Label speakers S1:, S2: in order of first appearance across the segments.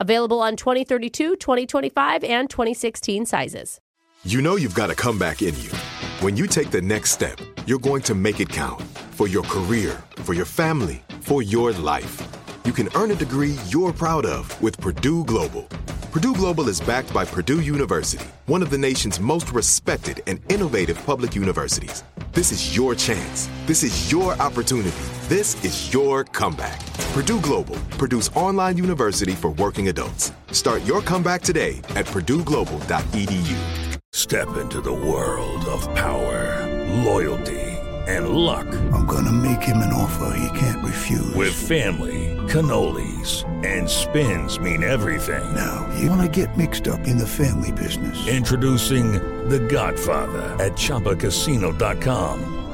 S1: Available on 2032, 2025, and 2016 sizes.
S2: You know you've got a comeback in you. When you take the next step, you're going to make it count for your career, for your family, for your life. You can earn a degree you're proud of with Purdue Global. Purdue Global is backed by Purdue University, one of the nation's most respected and innovative public universities. This is your chance. This is your opportunity. This is your comeback. Purdue Global, Purdue's online university for working adults. Start your comeback today at purdueglobal.edu.
S3: Step into the world of power, loyalty, and luck
S4: I'm gonna make him an offer he can't refuse.
S3: with family, cannolis, and spins mean everything.
S4: now, you wanna get mixed up in the family business.
S3: Introducing The Godfather at ChumbaCasino.com.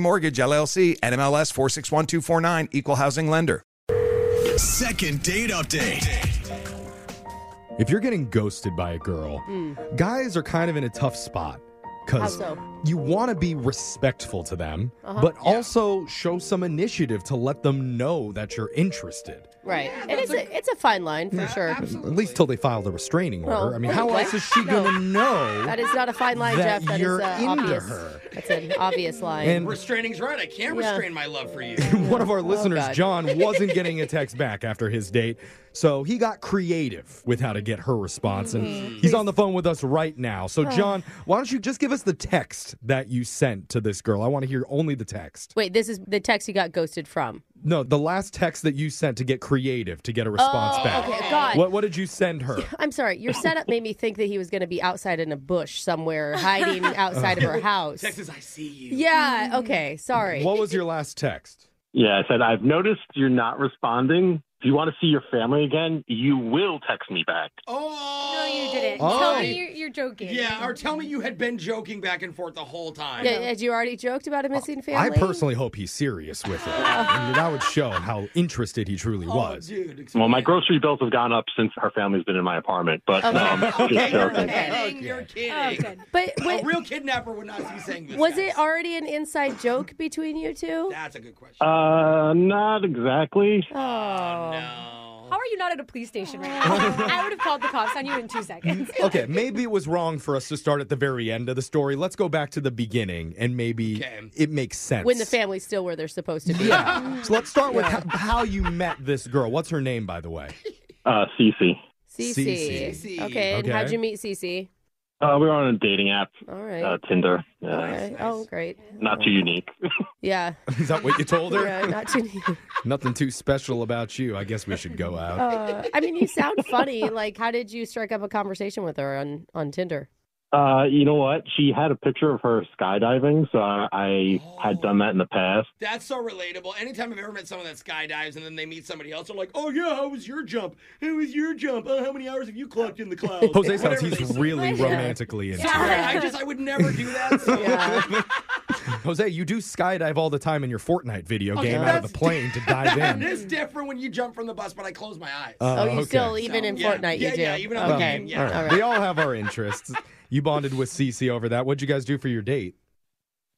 S5: Mortgage, LLC, NMLS 461249, Equal Housing Lender.
S6: Second date update.
S7: If you're getting ghosted by a girl, guys are kind of in a tough spot because
S1: Hmm. How so? Uh-huh.
S7: you want to be respectful to them, but also show some initiative to let them know that you're interested.
S1: Right. and it's a, it's a fine line for sure.
S7: At least till they file the restraining order.
S1: Well,
S7: I mean, how
S1: okay.
S7: else is she
S1: No.
S7: going to know?
S1: That is not a fine line,
S7: That
S1: Jeff. That is
S7: you're
S1: uh,
S7: into
S1: obvious.
S7: her.
S1: That's an obvious line.
S7: and
S8: Restraining's right. I can't
S1: Yeah.
S8: restrain my love for you.
S7: one of our listeners,
S1: Oh, God.
S7: John, wasn't getting a text back after his date. So he got creative with how to get her response. And
S1: Mm-hmm.
S7: he's on the phone with us right now. So, John, why don't you just give us the text that you sent to this girl? I want to hear only the text.
S1: Wait, this is the text you got ghosted from.
S7: No, the last text that you sent to get creative to get a response back.
S1: Oh, okay, God.
S7: What, what did you send her?
S1: I'm sorry. Your setup made me think that he was going to be outside in a bush somewhere, hiding outside of her house.
S8: Texas, I see you.
S1: Yeah. Okay. Sorry.
S7: What was your last text?
S9: Yeah, I said, I've noticed you're not responding. If you want to see your family again, you will text me back.
S8: Oh.
S10: No, you didn't.
S7: Oh.
S10: Tell me you're, you're joking.
S8: Yeah, or tell me you had been joking back and forth the whole time.
S1: Yeah, had you already joked about a missing
S7: I
S1: family?
S7: personally hope he's serious with it. I mean, that would show how interested he truly
S8: Oh,
S7: was.
S8: dude. explain.
S9: Well, my grocery bills have gone up since her family's been in my apartment, but
S1: Okay.
S9: um, just
S8: Okay, you're
S9: joking.
S8: kidding. You're
S10: Oh,
S8: kidding.
S10: good.
S1: But wait,
S8: A real kidnapper would not be saying this.
S1: was
S8: guys.
S1: it already an inside joke between you two?
S8: That's a good question.
S9: Uh, not exactly.
S1: Oh.
S8: no.
S10: How are you not at a police station right now? I would have called the cops on you in two seconds.
S7: okay, maybe it was wrong for us to start at the very end of the story. Let's go back to the beginning and maybe
S8: Okay.
S7: it makes sense.
S1: When the family's still where they're supposed to be.
S7: Yeah. so let's start with how, how you met this girl. What's her name, by the way?
S9: Uh, Cece.
S1: Cece.
S8: Cece.
S1: Okay, and
S7: Okay.
S1: how'd you meet Cece?
S9: Uh, we were on a dating app,
S1: All
S8: Oh,
S9: uh,
S1: right.
S9: Tinder. Yeah,
S1: Okay. Oh, great.
S9: Not too unique.
S1: Yeah.
S7: Is that what you told her?
S1: Yeah, not too neat.
S7: Nothing too special about you. I guess we should go out.
S1: Uh, I mean, you sound funny. Like, how did you strike up a conversation with her on, on Tinder?
S9: Uh, you know what? She had a picture of her skydiving, so I, I had done that in the past.
S8: That's so relatable. Anytime I've ever met someone that skydives and then they meet somebody else, they're like, "Oh yeah, how was your jump? How was your jump? Uh, how many hours have you clocked in the clouds?"
S7: Jose sounds
S8: Whatever they
S7: he's
S8: say.
S7: really romantically into
S8: Sorry, I just I would never do that. So.
S7: it. Jose, you do skydive all the time in your Fortnite video game out of
S8: that's-
S7: the plane to dive
S8: It
S7: in. Uh,
S8: is different when you jump from the bus, but I close my eyes.
S1: Oh, you
S7: okay.
S1: still even in
S8: Yeah.
S1: Fortnite,
S8: Yeah,
S1: you do.
S8: yeah, even on the
S1: okay.
S8: game,
S7: All
S8: yeah.
S7: right. We all have our interests. You bonded with Cece over that. What'd you guys do for your date?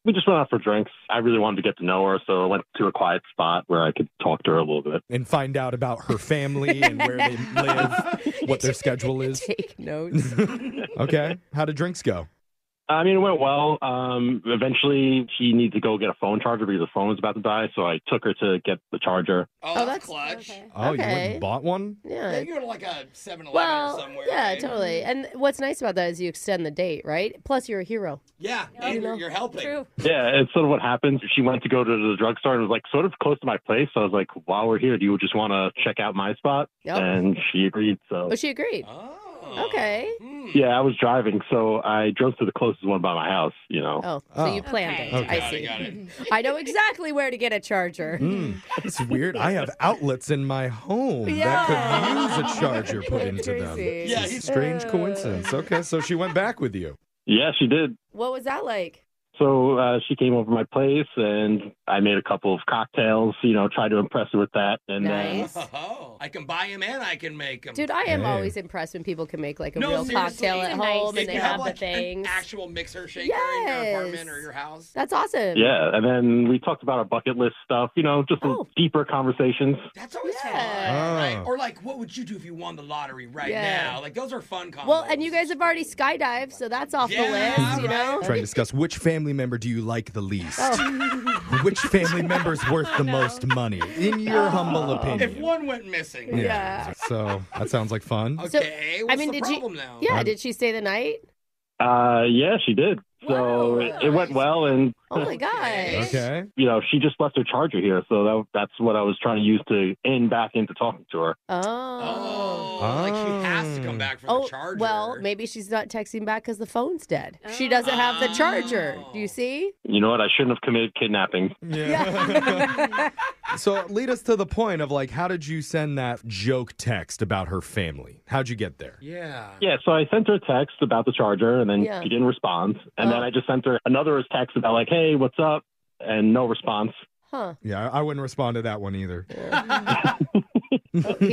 S9: We just went out for drinks. I really wanted to get to know her, so I went to a quiet spot where I could talk to her a little bit.
S7: and find out about her family and where they live, what their schedule is.
S1: Take notes.
S7: Okay. How did drinks go?
S9: I mean, it went well. Um, eventually, she needed to go get a phone charger because the phone was about to die. So I took her to get the charger.
S8: Oh, that's, clutch.
S7: Oh, you went and bought one?
S1: Yeah.
S8: You go to like a 7 Eleven or
S1: Well,
S8: somewhere.
S1: yeah,
S8: right? Mm-hmm.
S1: totally. And what's nice about that is you extend the date, right? Plus, you're a hero.
S8: Yeah, and you're, you're helping.
S9: Yeah, it's sort of what happens. She went to go to the drugstore and it was like sort of close to my place. So I was like, while we're here, do you just want to check out my spot?
S1: Yep.
S9: And she agreed. So
S1: Oh, she agreed.
S8: Oh.
S1: Okay.
S8: Hmm.
S9: yeah, I was driving, so I drove to the closest one by my house. You know.
S1: Oh, so you planned it.
S9: Okay.
S1: I see. I know exactly where to get a charger.
S7: Hmm. It's weird. I have outlets in my home that could use a charger put into them.
S1: Crazy. Uh.
S7: It's a
S1: Yeah, you-
S7: strange coincidence. Okay, so she went back with you.
S9: Yeah, she did.
S1: What was that like?
S9: So uh, she came over to my place, and I made a couple of cocktails. You know, tried to impress her with that, and then
S8: Oh, I can buy him and I can make him.
S1: Dude, I am always impressed when people can make like a
S8: No,
S1: real
S8: seriously.
S1: cocktail at
S8: These are
S1: home
S8: nice.
S1: and they
S8: You
S1: have the
S8: like an
S1: things.
S8: actual mixer shaker in your apartment or your house.
S1: That's awesome.
S9: yeah, and then we talked about our bucket list stuff. You know, just
S1: Oh.
S9: some deeper conversations.
S8: That's always
S9: Oh.
S8: fun.
S7: Ah.
S8: Right? Or like, what would you do if you won the lottery right
S1: Yeah.
S8: now? Like, those are fun comments.
S1: Well, and you guys have already skydived, so that's off the list, you know?
S7: Try and discuss which family member do you like the least?
S1: Oh.
S7: Which family member's worth the most money, in your humble
S8: If
S9: Mm.
S7: opinion?
S8: one went missing.
S7: So that sounds like fun.
S1: So,
S8: Okay, what's
S1: I mean,
S8: the
S1: did
S8: problem
S1: she,
S8: now?
S1: Yeah,
S7: I'm-
S1: did she stay the night?
S9: Uh, yeah, she did. So it, it went well, and
S1: Oh my god.
S7: Okay.
S9: you know, she just left her charger here, so that, that's what I was trying to use to end back into talking to her.
S1: Oh.
S8: Like, she has
S7: Ah.
S8: to come back from
S1: Oh,
S8: the charger.
S1: well, maybe she's not texting back because the phone's dead. She doesn't have the charger.
S8: Oh.
S1: Do you see?
S9: You know what? I shouldn't have committed kidnapping.
S7: So lead us to the point of like, how did you send that joke text about her family? How'd you get there?
S8: Yeah.
S9: Yeah, so I sent her a text about the charger, and then
S1: Yeah. Oh.
S9: she didn't respond. And then I just sent her another text about like, "Hey, what's up?" and no response.
S1: Huh.
S7: Yeah, I I wouldn't respond to that one either.
S1: He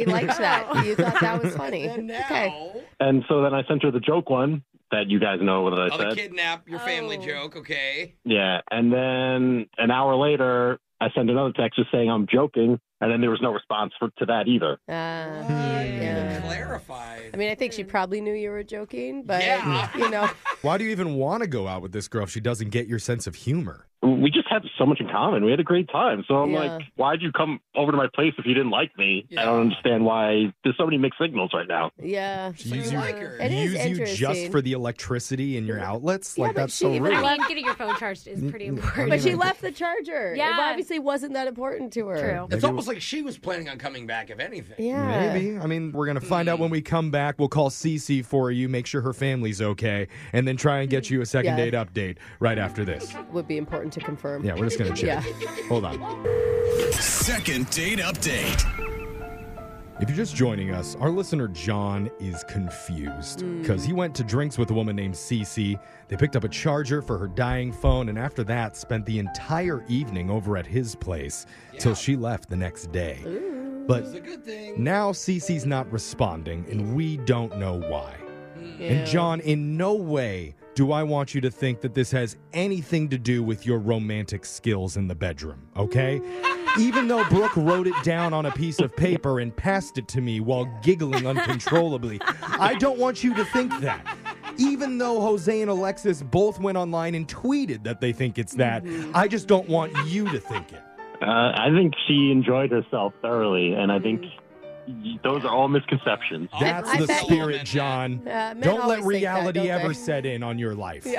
S1: liked that. You thought that was funny. okay.
S9: And so then I sent her the joke one that you guys know what I
S8: Oh, the
S9: said.
S8: kidnap your family
S1: Oh.
S8: joke, okay?
S9: Yeah, and then an hour later, I sent another text just saying I'm joking, and then there was no response for, to that either.
S1: Uh, yeah.
S8: Clarified.
S1: I mean, I think she probably knew you were joking, but
S8: Yeah.
S1: you know,
S7: Why do you even want to go out with this girl if she doesn't get your sense of humor?
S9: We just had so much in common. We had a great time. So I'm
S1: Yeah.
S9: like, why'd you come over to my place if you didn't like me? I don't understand why there's so many mixed signals right now.
S1: yeah.
S7: She use
S1: like
S7: you,
S1: her. It is
S7: use you just
S1: interesting.
S7: for the electricity in your outlets? like,
S1: but
S7: that's
S1: she
S7: so
S1: even
S7: rude.
S10: I mean, getting your phone charged is pretty important.
S1: But she left the charger.
S10: Yeah.
S1: It obviously wasn't that important to her.
S10: True.
S8: It's almost like she was planning on coming back, if anything.
S1: Yeah.
S7: Maybe. I mean, we're going to find out when we come back. We'll call Cece for you, make sure her family's okay, and then try and get you a second
S1: Yeah.
S7: date update right after this.
S1: Would be important to confirm.
S7: Yeah, we're just going to check. Hold on.
S6: Second date update.
S7: If you're just joining us, our listener John is confused because he went to drinks with a woman named Cece. They picked up a charger for her dying phone, and after that, spent the entire evening over at his place till she left the next day. But now Cece's not responding, and we don't know why. And John, in no way do I want you to think that this has anything to do with your romantic skills in the bedroom, okay? Even though Brooke wrote it down on a piece of paper and passed it to me while giggling uncontrollably, I don't want you to think that. Even though Jose and Alexis both went online and tweeted that they think it's that,
S1: Mm-hmm.
S7: I just don't want you to think it.
S9: Uh, I think she enjoyed herself thoroughly, and I think those are all misconceptions.
S7: That's
S1: I
S7: the
S1: bet-
S7: spirit, John.
S1: Yeah, men
S7: don't
S1: always
S7: let
S1: think that,
S7: reality
S1: don't
S7: ever
S1: they?
S7: set in on your life.
S1: so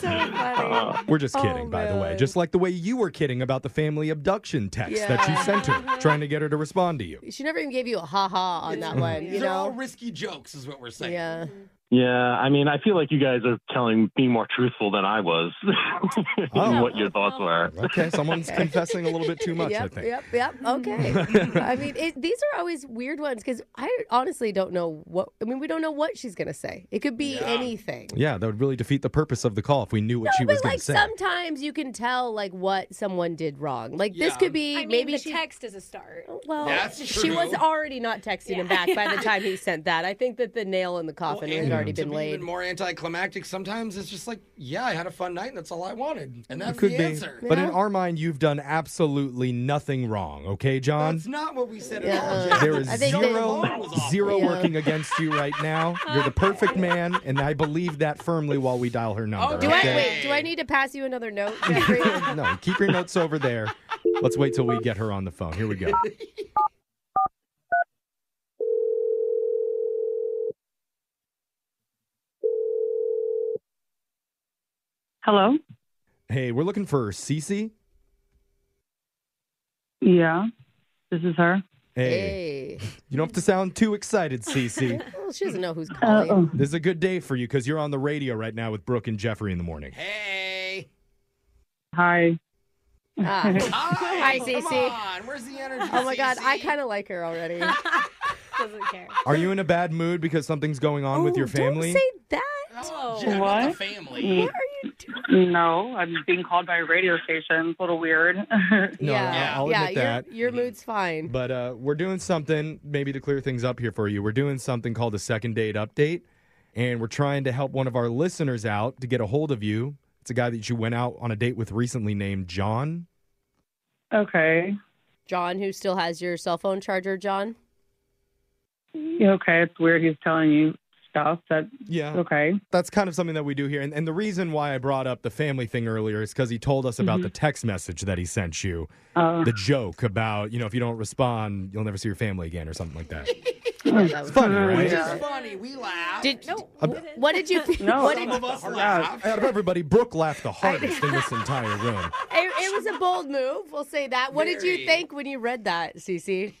S1: funny.
S7: We're just
S1: Oh,
S7: kidding, by the way.
S1: man.
S7: Just like the way you were kidding about the family abduction text that you
S1: Yeah.
S7: sent her, trying to get her to respond to you.
S1: She never even gave you a ha ha on that one, you
S8: These are all
S1: know?
S8: risky jokes, is what we're saying.
S1: Yeah.
S9: Yeah, I mean, I feel like you guys are telling being more truthful than I was.
S7: Oh.
S9: what your thoughts were.
S7: Okay, someone's confessing a little bit too much, I
S1: Yep,
S7: think.
S1: yep, yep. Okay. I mean, it, these are always weird ones because I honestly don't know what. I mean, we don't know what she's going to say. It could be anything.
S7: Yeah, that would really defeat the purpose of the call if we knew what she was
S1: but
S7: going
S1: like
S7: to say.
S1: sometimes you can tell like what someone did wrong. Like this
S8: Yeah.
S1: could be
S10: I mean,
S1: maybe
S10: the
S1: she oh,
S10: text is a start.
S1: well
S8: That's
S1: she was
S8: true.
S1: already not texting him back by the time he sent that. I think that the nail in the coffin
S8: and
S1: in already been
S2: to be
S1: laid.
S2: even more anticlimactic. Sometimes it's just like, yeah, I had a fun night, and that's all I wanted, and that's
S7: It could
S2: the
S7: be.
S2: answer.
S7: But in our mind, you've done absolutely nothing wrong, okay, John?
S2: that's not what we said at all.
S1: Yeah.
S2: Jeff.
S7: There is
S1: I think
S2: John
S1: that-
S2: Malone
S7: zero,
S2: was awful.
S7: zero
S1: Yeah.
S7: working against you right now. You're the perfect man, and I believe that firmly while we dial her number.
S2: Oh,
S1: Do I
S7: okay?
S1: wait? Do I need to pass you another note, Jeffrey?
S7: No, keep your notes over there. Let's wait till we get her on the phone. Here we go.
S9: Hello?
S7: Hey, we're looking for Cece.
S9: Yeah, this is her.
S7: Hey. You don't have to sound too excited, Cece.
S1: Well, she doesn't know who's calling.
S7: this is a good day for you because you're on the radio right now with Brooke and Jeffrey in the morning.
S9: Hi.
S1: Ah. Hi,
S2: Come
S1: Cece.
S2: on, where's the energy?
S1: Oh my God, I kind of like her already.
S4: Doesn't care.
S7: Are you in a bad mood because something's going on with your family?
S1: Oh, Don't say that.
S2: Oh,
S9: What?
S1: What are you
S9: doing? Mm, No, I'm being called by a radio station. It's a little weird.
S7: No,
S1: yeah,
S7: I'll
S1: yeah.
S7: admit
S1: your-
S7: that.
S1: Your, mood's fine.
S7: But uh, we're doing something, maybe to clear things up here for you. We're doing something called a second date update, and we're trying to help one of our listeners out to get a hold of you. It's a guy that you went out on a date with recently named John.
S9: okay.
S1: John, who still has your cell phone charger, John.
S9: Yeah, Okay, it's weird he's telling you stuff that.
S7: Yeah.
S9: Okay.
S7: That's kind of something that we do here. And, and the reason why I brought up the family thing earlier is because he told us about
S9: Mhm.
S7: the text message that he sent you.
S9: Uh,
S7: The joke about, you know, if you don't respond, you'll never see your family again or something like that.
S9: it's
S7: funny, right?
S2: funny. We laugh.
S1: Did what did you?
S9: No.
S1: what
S2: Some
S1: did,
S2: of us laugh.
S7: Out of everybody, Brooke laughed the hardest in this entire room.
S1: It, it was a bold move. We'll say that. What did you
S2: Very.
S1: think when you read that, Cece?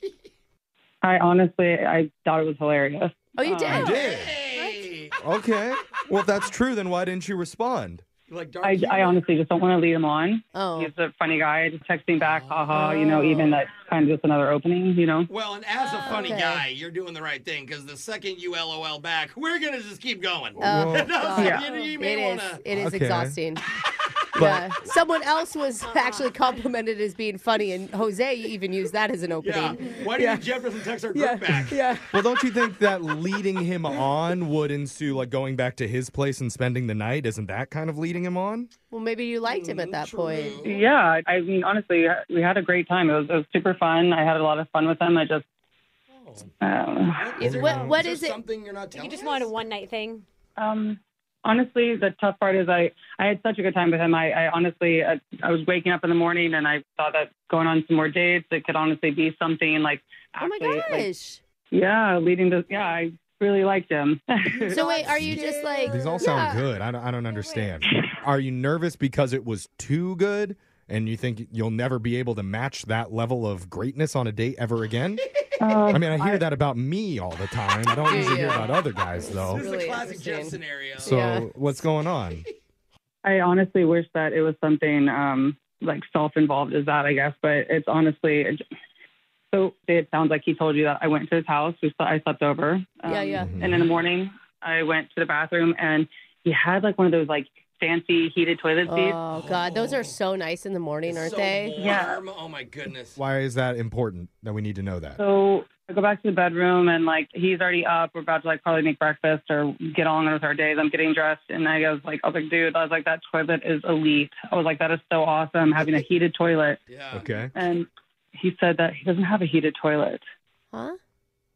S9: I honestly, I thought it was hilarious.
S1: Oh, you did.
S2: Hey.
S7: Okay. Well, if that's true, then why didn't you respond?
S2: You like dark
S9: I,
S2: humor?
S9: I honestly just don't want to lead him on.
S1: Oh,
S9: He's a funny guy. Just texting back, haha, you know, even that's kind of just another opening, you know?
S2: Well, and as a funny
S1: okay.
S2: guy, you're doing the right thing because the second you LOL back, we're gonna just keep going.
S1: Oh,
S2: No,
S1: God.
S9: Yeah.
S2: you, you
S1: it
S2: may
S1: is.
S2: wanna.
S1: It is
S7: Okay.
S1: exhausting.
S7: But-
S1: yeah. Someone else was actually complimented as being funny, and Jose even used that as an
S2: Yeah.
S1: opening.
S2: Why didn't Jefferson text our group back?
S1: yeah.
S7: Well, don't you think that leading him on would ensue like going back to his place and spending the night? Isn't that kind of leading him on?
S1: Well, maybe you liked him at that point.
S9: Yeah, I mean, honestly, we had a great time. It was, it was super fun. I had a lot of fun with him. I just, um,
S2: Is there-
S1: What- what is
S2: there
S1: it-
S2: Something you're not telling.
S4: You just
S2: us?
S4: wanted a one night thing.
S9: um, honestly, the tough part is I, I had such a good time with him. I, I honestly, I, I was waking up in the morning and I thought that going on some more dates, it could honestly be something like,
S1: Oh my
S9: actually, like,
S1: gosh.
S9: yeah, leading to, yeah, I really liked him.
S1: So wait, are you just like
S7: These all sound good. I don't, I don't understand. Are you nervous because it was too good and you think you'll never be able to match that level of greatness on a date ever again? I mean, Uh, I hear that about me all the time. I don't usually hear
S1: Yeah.
S7: about other guys though.
S2: This is
S1: Really
S2: a classic Jeff
S1: interesting.
S2: scenario.
S7: So,
S1: Yeah.
S7: what's going on?
S9: I honestly wish that it was something um, like self-involved as that, I guess. But it's honestly it, so. It sounds like he told you that I went to his house. We sl- I slept over.
S1: Yeah, yeah.
S9: And in the morning, I went to the bathroom, and he had like one of those like fancy heated toilet seats.
S1: Oh god, those are so nice in the morning, aren't
S2: so
S1: they?
S9: Yeah.
S2: warm. Oh my goodness.
S7: Why is that important that we need to know that?
S9: so I go back to the bedroom, and like he's already up. We're about to like probably make breakfast or get on with our days. I'm getting dressed, and I was like, I was like, dude, I was like, that toilet is elite. I was like, that is so awesome having a heated toilet.
S2: Yeah.
S7: Okay.
S9: and he said that he doesn't have a heated toilet.
S1: Huh?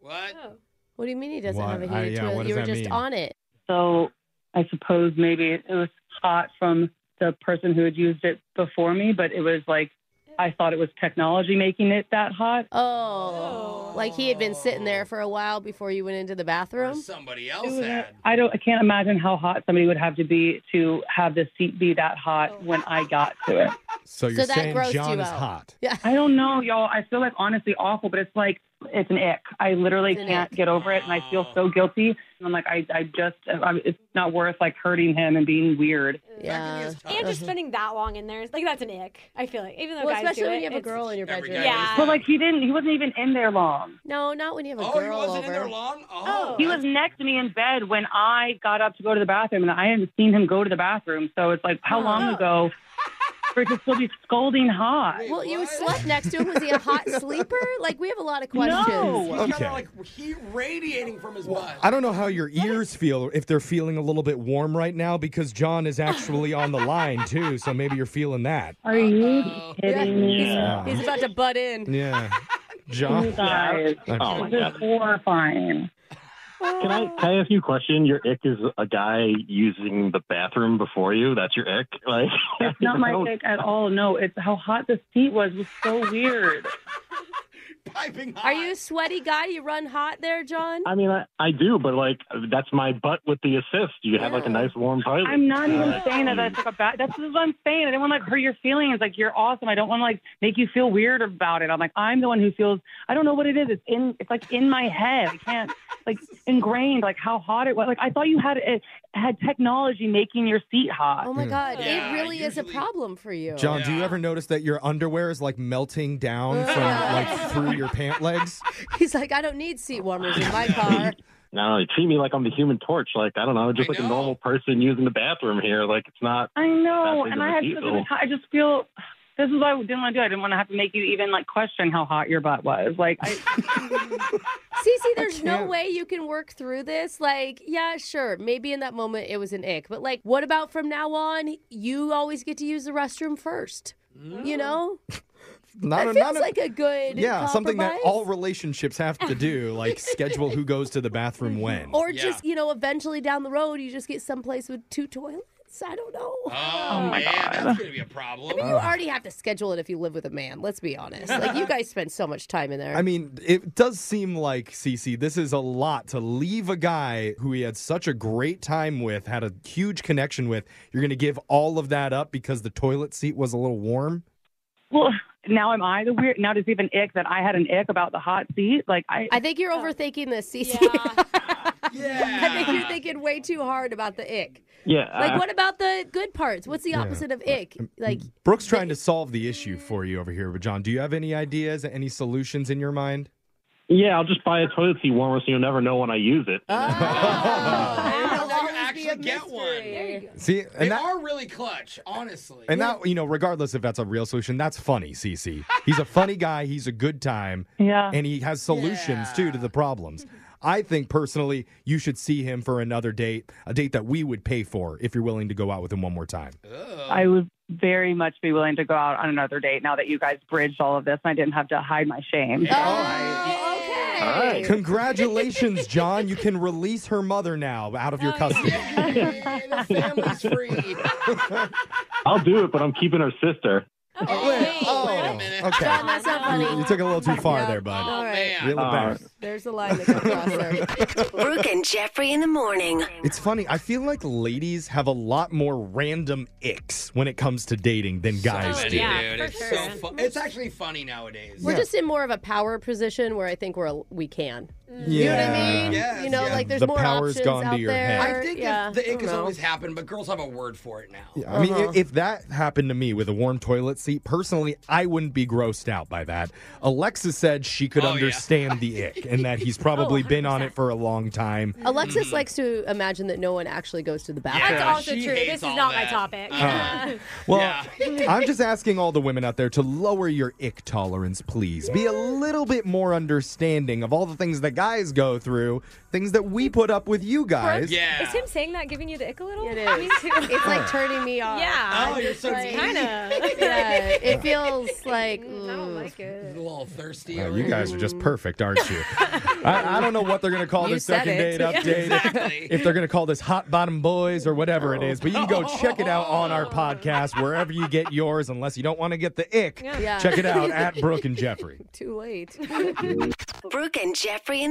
S2: What?
S9: Oh.
S1: What do you mean he doesn't have a
S7: What? I-
S1: heated
S7: yeah,
S1: toilet?
S7: what does
S1: You were
S7: that
S1: just
S7: mean?
S1: on it.
S9: So I suppose maybe it was hot from the person who had used it before me, but it was like I thought it was technology making it that hot.
S1: Oh. Like he had been sitting there for a while before you went into the
S2: Or
S1: bathroom?
S2: somebody else had.
S9: I don't I can't imagine how hot somebody would have to be to have the seat be that hot
S11: Oh.
S9: when I got to it.
S7: So you're
S1: that
S7: saying
S1: grossed
S7: John
S1: you
S7: is
S1: out.
S7: hot.
S9: I don't know, y'all. I feel like honestly awful, but it's like it's an ick. I literally
S1: It's an
S9: can't
S1: ick.
S9: get over it, and I feel so guilty. And I'm like, I, I just, I, it's not worth like hurting him and being weird.
S1: Yeah.
S4: And just spending that long in there, is- like that's an ick. I feel like even though
S1: Well,
S4: guys
S1: especially
S4: do
S1: when
S4: it,
S1: you have a
S4: it's-
S1: girl in your
S2: Every
S1: bedroom.
S2: guy does
S4: Yeah.
S9: But like he didn't, he wasn't even in there long.
S1: No, not when you have a
S2: Oh, he
S1: girl
S2: wasn't
S1: over.
S2: in there long? Oh.
S9: He was next to me in bed when I got up to go to the bathroom, and I hadn't seen him go to the bathroom. So it's like, how long ago
S11: or it could still be scalding hot.
S1: well, you slept next to him. Was he a hot sleeper? Like we have a lot of questions.
S8: No, he's
S7: Okay.
S8: got like heat radiating from his butt.
S7: I don't know how your ears feel if they're feeling a little bit warm right now because John is actually on the line too, so maybe you're feeling that.
S11: Are you
S1: kidding
S11: me?
S7: Yeah.
S1: He's about to butt in.
S7: Yeah.
S11: You
S7: John.
S11: guys,
S9: Oh, my
S11: this is
S9: God.
S11: horrifying.
S9: Can I can I ask you a question? Your ick is a guy using the bathroom before you. That's your ick. Like
S11: It's not my dick at all. No, it's how hot the seat was was so weird.
S1: Are you a sweaty guy? You run hot there, John?
S9: I mean, I, I do, but like that's my butt with the assist. You have like a nice warm toilet.
S11: I'm not even
S9: Uh,
S11: saying that I took a bath. That's what I'm saying. I didn't want to like hurt your feelings. Like you're awesome. I don't want to like make you feel weird about it. I'm like I'm the one who feels. I don't know what it is. It's in. It's like in my head. I can't like ingrained like how hot it was. Like I thought you had it had technology making your seat hot.
S1: Oh
S2: Mm.
S1: my god, it really is a problem for you.
S7: John, do you ever notice that your underwear is like melting down from like through your pant legs?
S1: He's like, I don't need seat warmers in my car.
S9: No, you treat me like I'm the human torch. Like I don't know, just like a normal person using the bathroom here. Like it's not.
S11: I know,
S9: That big
S11: and
S9: of
S11: I
S9: a
S11: had
S9: deal.
S11: such a good time. I just feel this is what I didn't want to do. I didn't want to have to make you even like question how hot your butt was. Like I,
S1: Cece, there's no
S11: can't.
S1: way you can work through this. Like, yeah, sure. Maybe in that moment it was an ick. But like, what about from now on? You always get to use the restroom first.
S7: Mm.
S1: You know?
S7: Not
S1: that
S7: a-
S1: feels
S7: not a-
S1: like a good
S7: yeah, something that
S1: compromise.
S7: all relationships have to do, like schedule who goes to the bathroom when.
S1: Or just, you know, eventually down the road you just get someplace with two toilets. I don't know.
S8: Oh,
S7: my
S8: yeah,
S7: God.
S8: that's gonna be a problem.
S1: I mean, you already have to schedule it if you live with a man. Let's be honest. Like, you guys spend so much time in there.
S7: I mean, it does seem like Cece, this is a lot to leave a guy who he had such a great time with, had a huge connection with. You're going to give all of that up because the toilet seat was a little warm.
S11: well, now am I the weird? Now does even ick that I had an ick about the hot seat? Like I,
S1: I think you're
S7: Uh,
S1: overthinking this, Cece. I think you're thinking way too hard about the ick.
S9: Yeah.
S8: Uh,
S9: uh,
S1: Like, what about the good parts? What's the
S7: Yeah. Um, mm.
S1: opposite of ick? Like,
S7: Brooke's trying to solve the issue for you over here, but John, do you have any ideas, any solutions in your mind?
S9: Yeah, I'll just buy a toilet seat warmer so you'll never know when I use it.
S1: Uh. oh,
S8: I'll never actually get one.
S7: See, and
S8: They
S7: that-
S8: are really clutch, honestly.
S7: And that, you know, regardless if that's a real solution, that's funny, Cece. He's a funny guy. He's a good time.
S11: Yeah.
S7: And he has solutions, too, to the problems. I think personally, you should see him for another date, a date that we would pay for if you're willing to go out with him one more time.
S11: I would very much be willing to go out on another date now that you guys bridged all of this and I didn't have to hide my
S1: Oh,
S11: shame.
S7: Congratulations, John. You can release her mother now out of your custody.
S8: Family's free.
S9: I'll do it, but I'm keeping her sister.
S7: Oh, Okay.
S1: John, that's not
S7: You,
S1: funny.
S7: you took it a little too far there, bud.
S1: All right.
S7: Reel it back.
S1: There's a line that comes across there.
S12: Brooke and Jeffrey in the morning.
S7: It's funny. I feel like ladies have a lot more random icks when it comes to dating than guys do.
S8: dude, it's so fu- It's actually funny nowadays.
S1: We're just in more of a power position where I think we're we can.
S8: You know what I
S7: Yeah.
S8: mean? Yes,
S1: you know,
S8: yeah.
S1: like there's
S7: The
S1: more
S7: power's
S1: options
S7: gone to
S1: out
S7: your
S1: there.
S7: head.
S8: I think
S1: yeah.
S8: it's, the ick
S1: I don't
S8: has
S1: know.
S8: always happened, but girls have a word for it now.
S7: I mean, i- if that happened to me with a warm toilet seat, personally, I wouldn't be grossed out by that. Alexa said she could understand the ick and that he's probably been on it for a long time.
S1: Alexis
S8: Mm-hmm.
S1: likes to imagine that no one actually goes to the bathroom.
S10: That's also true. This is not my topic.
S7: Uh, Well, I'm just asking all the women out there to lower your ick tolerance, please. Be a little bit more understanding of all the things that guys go through, things that we put up with you guys.
S10: Is him saying that giving you the ick a little? It
S1: is. It's like turning me off.
S10: Yeah.
S1: Oh, you're so
S10: Like,
S1: mean.
S10: Kinda.
S1: yeah, it feels like Mm, I don't like
S8: A
S1: it.
S8: little thirsty.
S7: Wow, you guys are just perfect, aren't you? I, I don't know what they're going to call
S8: You
S7: this
S8: said
S7: second
S8: it.
S7: date update.
S8: Exactly.
S7: If they're going to call this Hot Bottom Boys or whatever it is, but you can
S8: Oh.
S7: go check it out on our podcast wherever you get yours, unless you don't want to get the ick.
S12: Yeah.
S7: Check it out at Brooke and Jeffrey.
S1: Too late.
S12: Brooke and Jeffrey in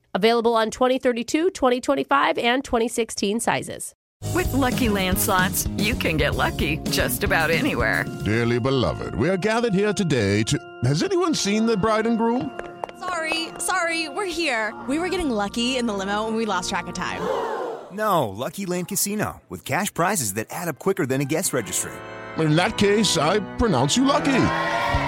S1: Available on 2032, 2025, and 2016 sizes.
S13: With Lucky Land slots, you can get lucky just about anywhere.
S3: Dearly beloved, we are gathered here today to. Has anyone seen the bride and groom?
S4: Sorry, sorry, we're here. We were getting lucky in the limo and we lost track of time.
S14: No, Lucky Land Casino, with cash prizes that add up quicker than a guest registry.
S3: In that case, I pronounce you lucky.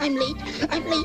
S15: I'm late. I'm late